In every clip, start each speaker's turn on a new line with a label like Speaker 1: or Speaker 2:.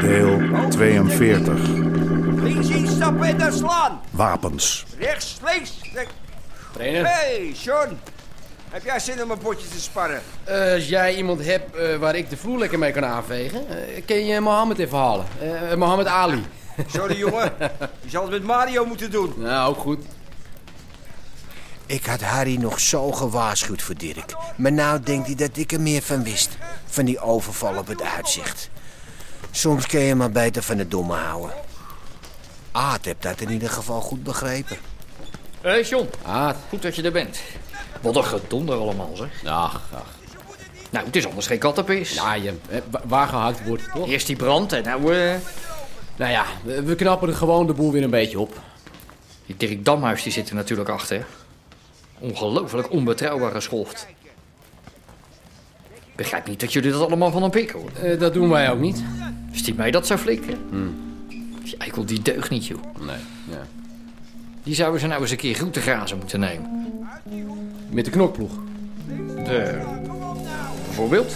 Speaker 1: Deel 42.
Speaker 2: Links één stap in en slaan.
Speaker 1: Wapens.
Speaker 2: Rechts, links. Re-
Speaker 3: Trainer,
Speaker 2: Hey, Sean. Heb jij zin om een potje te sparren?
Speaker 3: eh, als jij iemand hebt eh, waar ik de vloer lekker mee kan aanvegen, eh, kun je Mohammed even halen. Eh, eh, Mohammed Ali.
Speaker 2: Sorry, jongen. Je zal het met Mario moeten doen.
Speaker 3: Nou, ook goed.
Speaker 4: Ik had Harry nog zo gewaarschuwd voor Dirk. Maar nou denkt hij dat ik er meer van wist. Van die overval op het uitzicht. Soms kun je maar beter van het domme houden. Aad heb dat in ieder geval goed begrepen.
Speaker 5: Hé, hey John.
Speaker 3: Aad.
Speaker 5: Goed dat je er bent. Wat een gedonder allemaal, zeg.
Speaker 3: Ach, ach.
Speaker 5: Nou, het is anders geen kattenpis.
Speaker 3: Ja, je, eh, wa- waar gehakt wordt, toch?
Speaker 5: Eerst die brand en nou, eh...
Speaker 3: Nou ja, we, we knappen er gewoon de boel weer een beetje op.
Speaker 5: Die Dirk Damhuis die zit er natuurlijk achter. hè. Ongelooflijk onbetrouwbare schoft. Ik Begrijp niet dat jullie dat allemaal van een pik horen.
Speaker 3: Eh, dat doen wij ook niet.
Speaker 5: Is die mij dat zou flikken? Die eikel die deugt niet, joh.
Speaker 3: Hmm. Nee. Ja.
Speaker 5: Die zouden ze nou eens een keer goed te grazen moeten nemen.
Speaker 3: Met de knokploeg.
Speaker 5: Eh, bijvoorbeeld?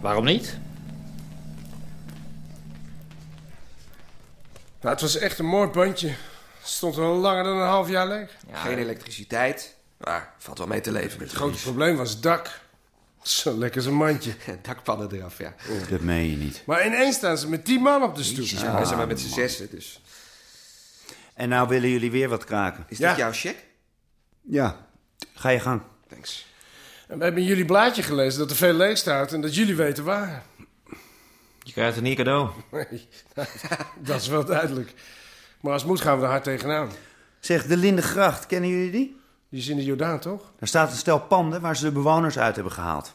Speaker 5: Waarom niet?
Speaker 6: Nou, het was echt een mooi bandje. Stond al langer dan een half jaar leeg.
Speaker 7: Geen elektriciteit, maar valt wel mee te leven met
Speaker 6: Het grote probleem was het dak. Zo lekker als een mandje.
Speaker 7: dakpannen eraf, ja.
Speaker 8: Dat meen je niet. Ah.
Speaker 6: Maar ineens staan ze met tien man op de stoep.
Speaker 7: Jezus, wij zijn maar met z'n zessen, dus...
Speaker 8: En nou willen jullie weer wat kraken.
Speaker 7: Is
Speaker 6: Ja.
Speaker 7: dit jouw check?
Speaker 8: Ja. Ga je gang.
Speaker 7: Thanks.
Speaker 6: En we hebben in jullie blaadje gelezen dat er veel leeg staat en dat jullie weten waar.
Speaker 9: Je krijgt een niet cadeau.
Speaker 6: Nee, dat is wel duidelijk. Maar als het moet gaan we er hard tegenaan.
Speaker 8: Zeg, de Lindegracht, kennen jullie die?
Speaker 6: Die is in de Jordaan, toch?
Speaker 8: Daar staat een stel panden waar ze de bewoners uit hebben gehaald.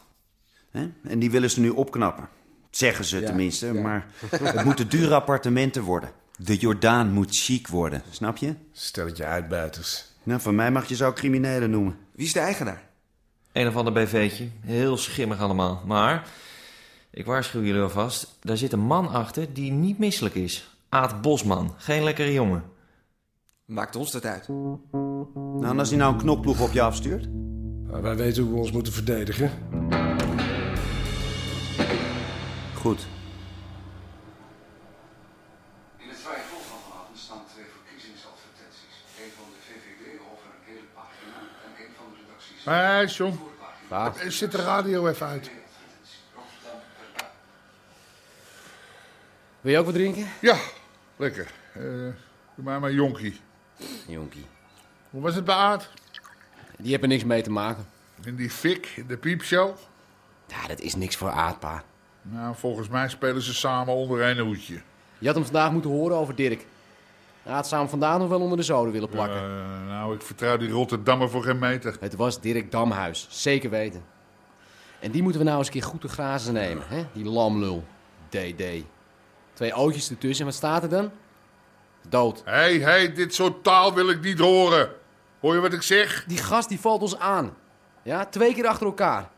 Speaker 8: Hè? En die willen ze nu opknappen. Zeggen ze tenminste, maar het moeten dure appartementen worden. De Jordaan moet chic worden, snap je?
Speaker 6: Stelletje uitbuiters.
Speaker 8: Nou, van mij mag je ze ook criminelen noemen.
Speaker 7: Wie is de eigenaar?
Speaker 9: Een of ander BV'tje. Heel schimmig allemaal. Maar, ik waarschuw jullie alvast, daar zit een man achter die niet misselijk is. Aad Bosman. Geen lekkere jongen.
Speaker 7: Maakt ons dat uit?
Speaker 8: Nou, en als hij nou een knokploeg op je afstuurt?
Speaker 6: Nou, wij weten hoe we ons moeten verdedigen.
Speaker 8: Goed.
Speaker 10: In het twijfel van vanavond staan twee verkiezingsadvertenties. Eén van de VVD over een hele pagina en één van de redacties.
Speaker 11: Hé, John. Zit de radio even uit.
Speaker 3: Wil je ook wat drinken?
Speaker 11: Ja, lekker. Eh, doe maar maar jonkie.
Speaker 3: Jonkie.
Speaker 11: Hoe was het bij Aard?
Speaker 3: Die hebben niks mee te maken.
Speaker 11: In die fik, in de piepshow?
Speaker 4: Ja, dat is niks voor Aad, pa.
Speaker 11: Nou, volgens mij spelen ze samen onder één hoedje.
Speaker 3: Je had hem vandaag moeten horen over Dirk. Hij had samen vandaan nog wel onder de zoden willen plakken.
Speaker 11: Eh, nou, ik vertrouw die Rotterdammer voor geen meter.
Speaker 3: Het was Dirk Damhuis, zeker weten. En die moeten we nou eens een keer goed te grazen nemen, hè? Die lamlul. DD. Twee ootjes ertussen, en wat staat er dan? Dood.
Speaker 11: Hé, hey, hé, hey, dit soort taal wil ik niet horen. Hoor je wat ik zeg?
Speaker 3: Die gast die valt ons aan. Ja, twee keer achter elkaar.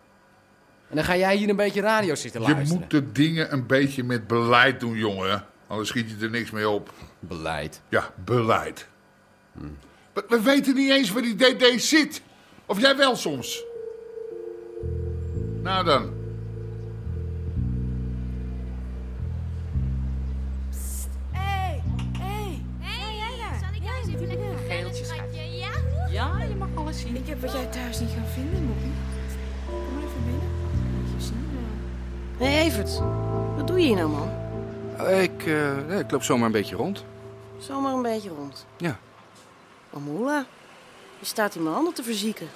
Speaker 3: En dan ga jij hier een beetje radio zitten
Speaker 11: Je
Speaker 3: luisteren.
Speaker 11: moet de dingen een beetje met beleid doen, jongen. Anders schiet je er niks mee op.
Speaker 3: Beleid.
Speaker 11: Ja, beleid. We, we weten niet eens waar die DD zit. Of jij wel soms. Nou dan.
Speaker 12: Hey, hey. Hey, jij daar? Zal ik jou eens even lekker geeltje schatje? Ja? Ja, je mag alles zien. Ik heb wat jij thuis niet gaan vinden, Moppie. Kom maar even binnen. Hé, hey, Evert. Wat doe je hier nou, man?
Speaker 7: Ik, eh, ja, ik loop zomaar een beetje rond.
Speaker 12: Zomaar een beetje rond.
Speaker 7: Ja.
Speaker 12: Amula, je staat hier mijn handen te verzieken.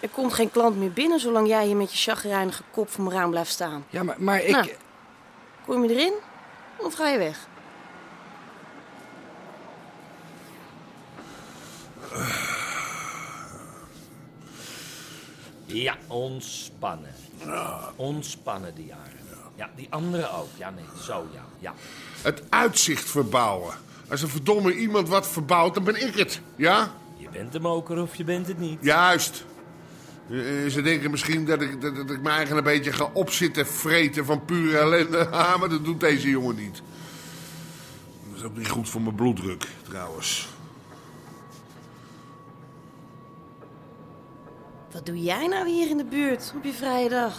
Speaker 12: Er komt geen klant meer binnen zolang jij hier met je chagrijnige kop voor mijn raam blijft staan.
Speaker 7: Ja, maar, maar ik...
Speaker 12: Nou. Kom je erin of ga je weg?
Speaker 13: Ja, ontspannen. Ontspannen die jaren. Ja, die andere ook. Ja, nee, zo ja. ja.
Speaker 11: Het uitzicht verbouwen. Als een verdomme iemand wat verbouwt, dan ben ik het. Ja?
Speaker 13: Je bent de moker of je bent het niet.
Speaker 11: Juist. Eh, eh, Ze denken misschien dat ik, dat, dat ik me eigen een beetje ga opzitten vreten van pure ellende. Ah, maar dat doet deze jongen niet. Dat is ook niet goed voor mijn bloeddruk, trouwens.
Speaker 14: Wat doe jij nou hier in de buurt op je vrije dag?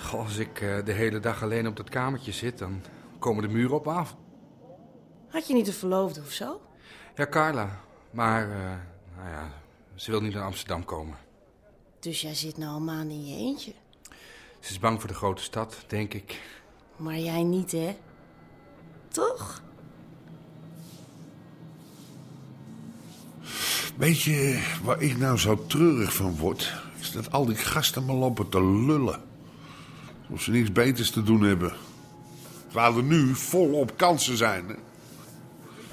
Speaker 7: Goh, als ik eh, de hele dag alleen op dat kamertje zit, dan komen de muren op me af.
Speaker 14: Had je niet een verloofde of zo?
Speaker 7: Ja, Carla. Maar, eh, nou ja, ze wil niet naar Amsterdam komen.
Speaker 14: Dus jij zit nou al maanden in je eentje.
Speaker 7: Ze is bang voor de grote stad, denk ik.
Speaker 14: Maar jij niet, hè? Toch?
Speaker 11: Weet je waar ik nou zo treurig van word? Is dat al die gasten maar lopen te lullen. Of ze niks beters te doen hebben. Terwijl er nu volop kansen zijn. Hè?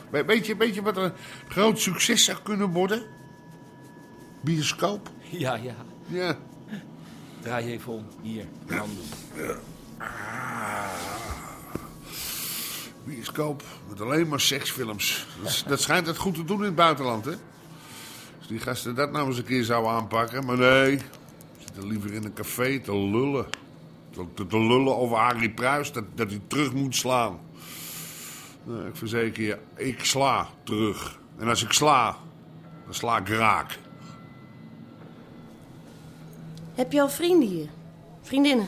Speaker 11: We- Weet, je, weet je wat een groot succes zou kunnen worden? Bioscoop?
Speaker 13: Ja, ja.
Speaker 11: Ja.
Speaker 13: Draai even om. Hier, handen.
Speaker 11: Bioscoop met alleen maar seksfilms. Dat, is- dat schijnt het goed te doen in het buitenland, hè? Als die gasten dat nou eens een keer zouden aanpakken, maar nee. Ze Zitten liever in een café te lullen. Te, te- te lullen over Harry Pruis, dat, dat hij terug moet slaan. Nou, ik verzeker je, ik sla terug. En als ik sla, dan sla ik raak.
Speaker 14: Heb je al vrienden hier? Vriendinnen?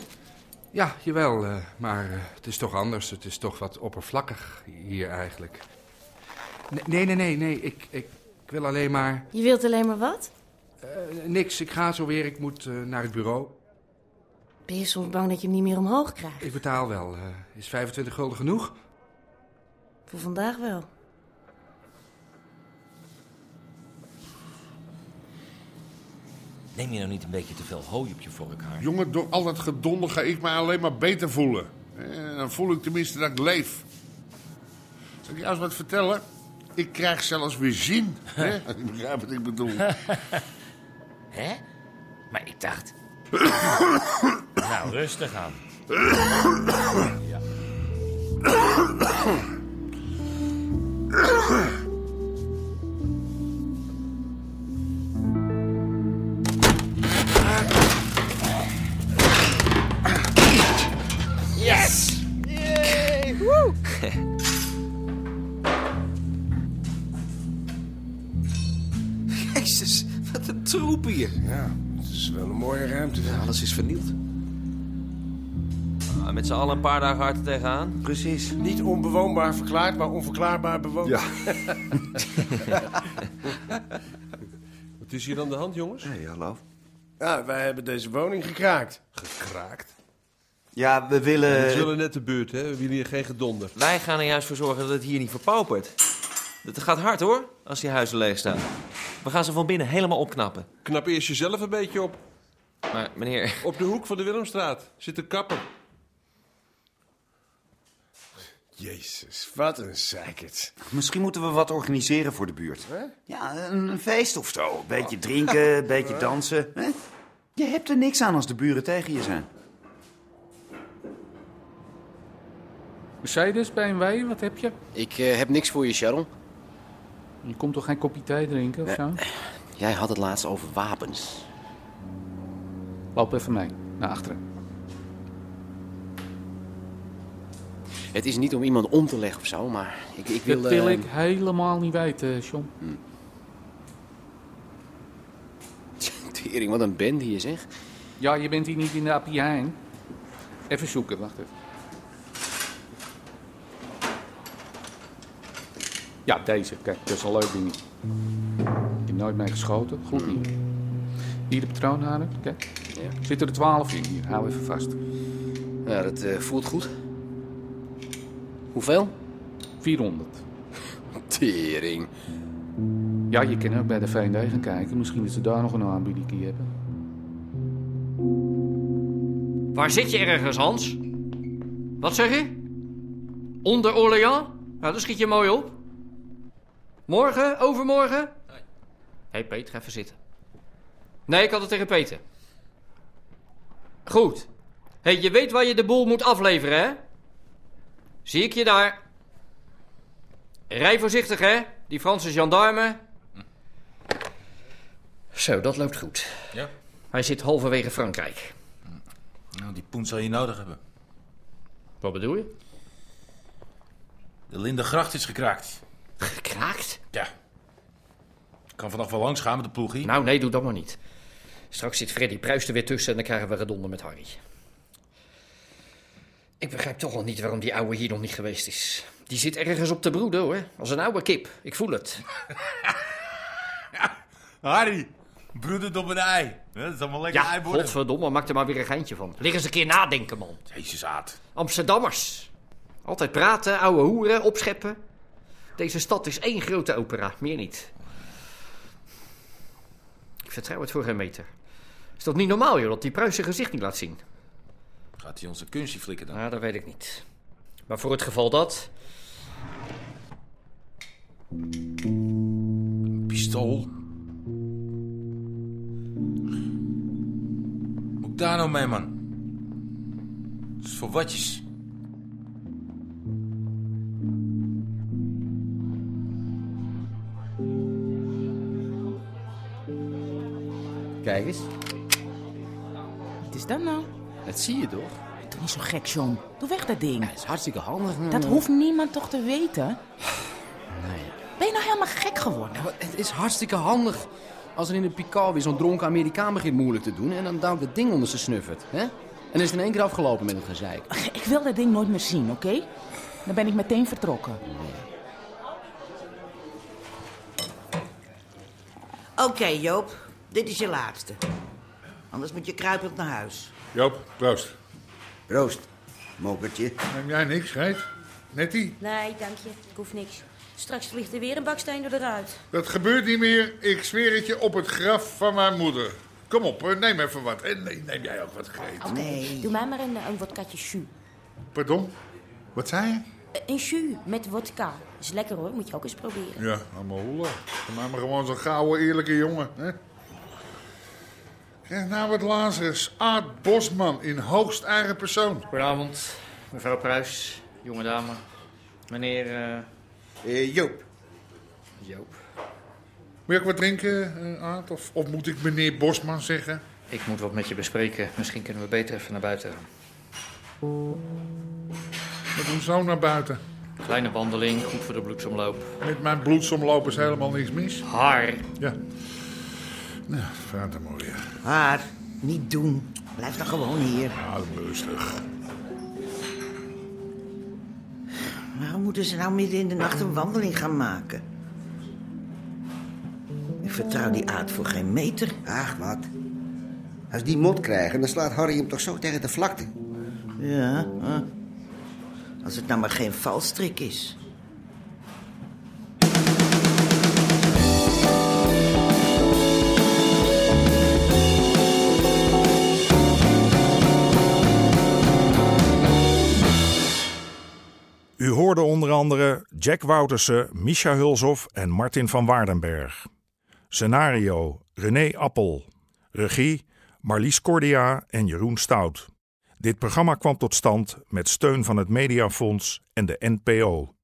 Speaker 7: Ja, jawel, eh, maar eh, het is toch anders. Het is toch wat oppervlakkig hier eigenlijk. Nee, nee, nee, nee. nee. Ik, ik, ik wil alleen maar...
Speaker 14: Je wilt alleen maar wat?
Speaker 7: eh, niks, ik ga zo weer. Ik moet eh, naar het bureau.
Speaker 14: Ben je soms bang dat je hem niet meer omhoog krijgt?
Speaker 7: Ik betaal wel. eh, is 25 gulden genoeg?
Speaker 14: Voor vandaag wel.
Speaker 13: Neem je nou niet een beetje te veel hooi op je vorkhaar?
Speaker 11: Jongen, door al dat gedonder ga ik mij alleen maar beter voelen. Eh, Dan voel ik tenminste dat ik leef. Zal ik jou eens wat vertellen? Ik krijg zelfs weer zin. Hè? Ik begrijp wat ik bedoel.
Speaker 13: Hè? Maar ik dacht... nou, rustig aan. ja.
Speaker 12: Yes! Yay!
Speaker 7: Jezus, wat een troep hier.
Speaker 6: Ja, het is wel een mooie ruimte.
Speaker 7: alles is vernield.
Speaker 9: Ah, met z'n allen een paar dagen hard er tegenaan.
Speaker 6: Precies. Niet onbewoonbaar verklaard, maar onverklaarbaar bewoond.
Speaker 9: Ja.
Speaker 15: Wat is hier aan de hand, jongens?
Speaker 8: Hé, hallo.
Speaker 6: ja, wij hebben deze woning gekraakt. Gekraakt?
Speaker 8: Ja, we willen...
Speaker 15: We zullen net de beurt, hè? We willen hier geen gedonder.
Speaker 9: Wij gaan er juist voor zorgen dat het hier niet verpaupert. Het gaat hard hoor, als die huizen leeg staan. We gaan ze van binnen helemaal opknappen.
Speaker 15: Knap eerst jezelf een beetje op.
Speaker 9: Maar meneer...
Speaker 15: Op de hoek van de Willemstraat zit een kapper.
Speaker 6: Jezus, wat een zeikert.
Speaker 8: Misschien moeten we wat organiseren voor de buurt. Ja, een een feest of zo. Beetje drinken,
Speaker 6: Ah.
Speaker 8: een beetje
Speaker 6: Ah.
Speaker 8: dansen. hè? Je hebt er niks aan als de buren tegen je zijn.
Speaker 16: Hoe zei je dus bij een wei? Wat heb je?
Speaker 3: Ik eh, heb niks voor je, Sharon.
Speaker 16: Je komt toch geen kopje thee drinken of zo?
Speaker 3: Jij had het laatst over wapens.
Speaker 16: Loop even mee, naar achteren.
Speaker 3: Het is niet om iemand om te leggen of zo, maar ik, ik wil...
Speaker 16: Dat wil
Speaker 3: eh,
Speaker 16: ik helemaal niet weten, John.
Speaker 3: Tering, wat een band hier zeg.
Speaker 16: Ja, je bent hier niet in de Appiaan. Even zoeken, wacht even. Ja, deze. Kijk, dat is een leuk ding. Ik heb nooit mee geschoten. Goed niet. Hier de patroonhaarden. Kijk. Zitten er twaalf in hier. Hou even vast.
Speaker 3: Ja, dat eh, voelt goed. Hoeveel?
Speaker 16: 400.
Speaker 3: Tering.
Speaker 16: Ja, je kan ook bij de V&D gaan kijken. Misschien dat ze daar nog een aanbieding hebben.
Speaker 5: Waar zit je ergens, Hans? Wat zeg je? Onder Orléans? Nou, dat schiet je mooi op. Morgen? Overmorgen? Hé, hey, Peter, even zitten. Nee, ik had het tegen Peter. Goed. hey, je weet waar je de boel moet afleveren, hè? Zie ik je daar. Rij voorzichtig, hè? Die Franse gendarmen. Zo, dat loopt goed.
Speaker 17: Ja.
Speaker 5: Hij zit halverwege Frankrijk.
Speaker 17: Nou, die poen zal je nodig hebben.
Speaker 5: Wat bedoel je?
Speaker 17: De Lindengracht is gekraakt.
Speaker 5: Gekraakt?
Speaker 17: Ja. Ik kan vanaf wel langs gaan met de ploegie.
Speaker 5: Nou, nee, doe dat maar niet. Straks zit Freddy Pruis er weer tussen en dan krijgen we redonder met Harry. Ik begrijp toch al niet waarom die ouwe hier nog niet geweest is. Die zit ergens op te broeden, hoor. Als een oude kip. Ik voel het.
Speaker 17: Harry, broedend op een ei. Dat is allemaal lekker
Speaker 5: Ja,
Speaker 17: eiboren.
Speaker 5: godverdomme, maak er maar weer een geintje van. Lig eens een keer nadenken, man.
Speaker 17: Jezus, aard.
Speaker 5: Amsterdammers. Altijd praten, ouwe hoeren, opscheppen. Deze stad is één grote opera, meer niet. Ik vertrouw het voor geen meter. Is dat niet normaal, joh, dat die Pruis zijn gezicht niet laat zien?
Speaker 17: Gaat hij onze kunstje flikken dan?
Speaker 5: Nou, dat weet ik niet. Maar voor het geval dat...
Speaker 17: Pistool. Moet ik daar nou mee, man? Dat is voor watjes.
Speaker 18: Kijk eens.
Speaker 11: Wat is dat nou?
Speaker 18: Dat zie je toch?
Speaker 11: Doe niet zo gek, John. Doe weg dat ding.
Speaker 18: Dat is hartstikke handig.
Speaker 11: Dat hoeft niemand toch te weten?
Speaker 18: Nee.
Speaker 11: Ben je nou helemaal gek geworden?
Speaker 3: Het is hartstikke handig. Als er in de Picard weer zo'n dronken Amerikaan begint moeilijk te doen... en dan duwt het ding onder zijn snuffert, hè? En dan is het in één keer afgelopen met een gezeik.
Speaker 11: Ik wil dat ding nooit meer zien, oké? Dan ben ik meteen vertrokken.
Speaker 8: Oké, Joop. Dit is je laatste. Anders moet je kruipend naar huis.
Speaker 6: Joop, proost.
Speaker 8: Proost.
Speaker 6: Mokertje. Neem jij niks, Gijs? Nettie?
Speaker 9: Nee, dank je. Ik hoef niks. Straks vliegt er weer een baksteen door de ruit.
Speaker 6: Dat gebeurt niet meer. Ik zweer het je op het graf van mijn moeder. Kom op, eh, neem even wat. En nee, neem jij ook wat gegeten.
Speaker 9: Oké, doe mij maar een, een wodkatje jus.
Speaker 6: Pardon? Wat zei je?
Speaker 9: Eh, Een jus met wodka. Is lekker hoor, moet je ook eens proberen.
Speaker 6: Ja, allemaal hoelen. Maar maar gewoon zo'n gouden, eerlijke jongen. Hè? Krijg nou wat Lazarus. Aad Bosman in hoogst eigen persoon.
Speaker 19: Goedenavond, mevrouw Pruis, jonge dame. Meneer. eh,
Speaker 6: Joop.
Speaker 19: Joop.
Speaker 6: Moet je ook wat drinken, eh, Aad? Of, of moet ik meneer Bosman zeggen?
Speaker 19: Ik moet wat met je bespreken. Misschien kunnen we beter even naar buiten.
Speaker 6: Met hem zo naar buiten.
Speaker 19: Kleine wandeling, goed voor de bloedsomloop.
Speaker 6: Met mijn bloedsomloop is helemaal niks mis.
Speaker 19: Haar.
Speaker 6: Ja. Nou, vraag hem maar weer.
Speaker 8: Haar, niet doen. Blijf dan gewoon hier.
Speaker 6: Nou, rustig.
Speaker 8: Waarom moeten ze nou midden in de nacht een wandeling gaan maken? Ik vertrouw die aard voor geen meter.
Speaker 20: Ach, wat. Als die mot krijgen, dan slaat Harry hem toch zo tegen de vlakte.
Speaker 8: Ja, eh. als het nou maar geen valstrik is.
Speaker 1: U hoorde onder andere Jack Woutersen, Misha Hulshoff en Martin van Waardenberg. Scenario René Appel. Regie Marlies Cordia en Jeroen Stout. Dit programma kwam tot stand met steun van het Mediafonds en de NPO.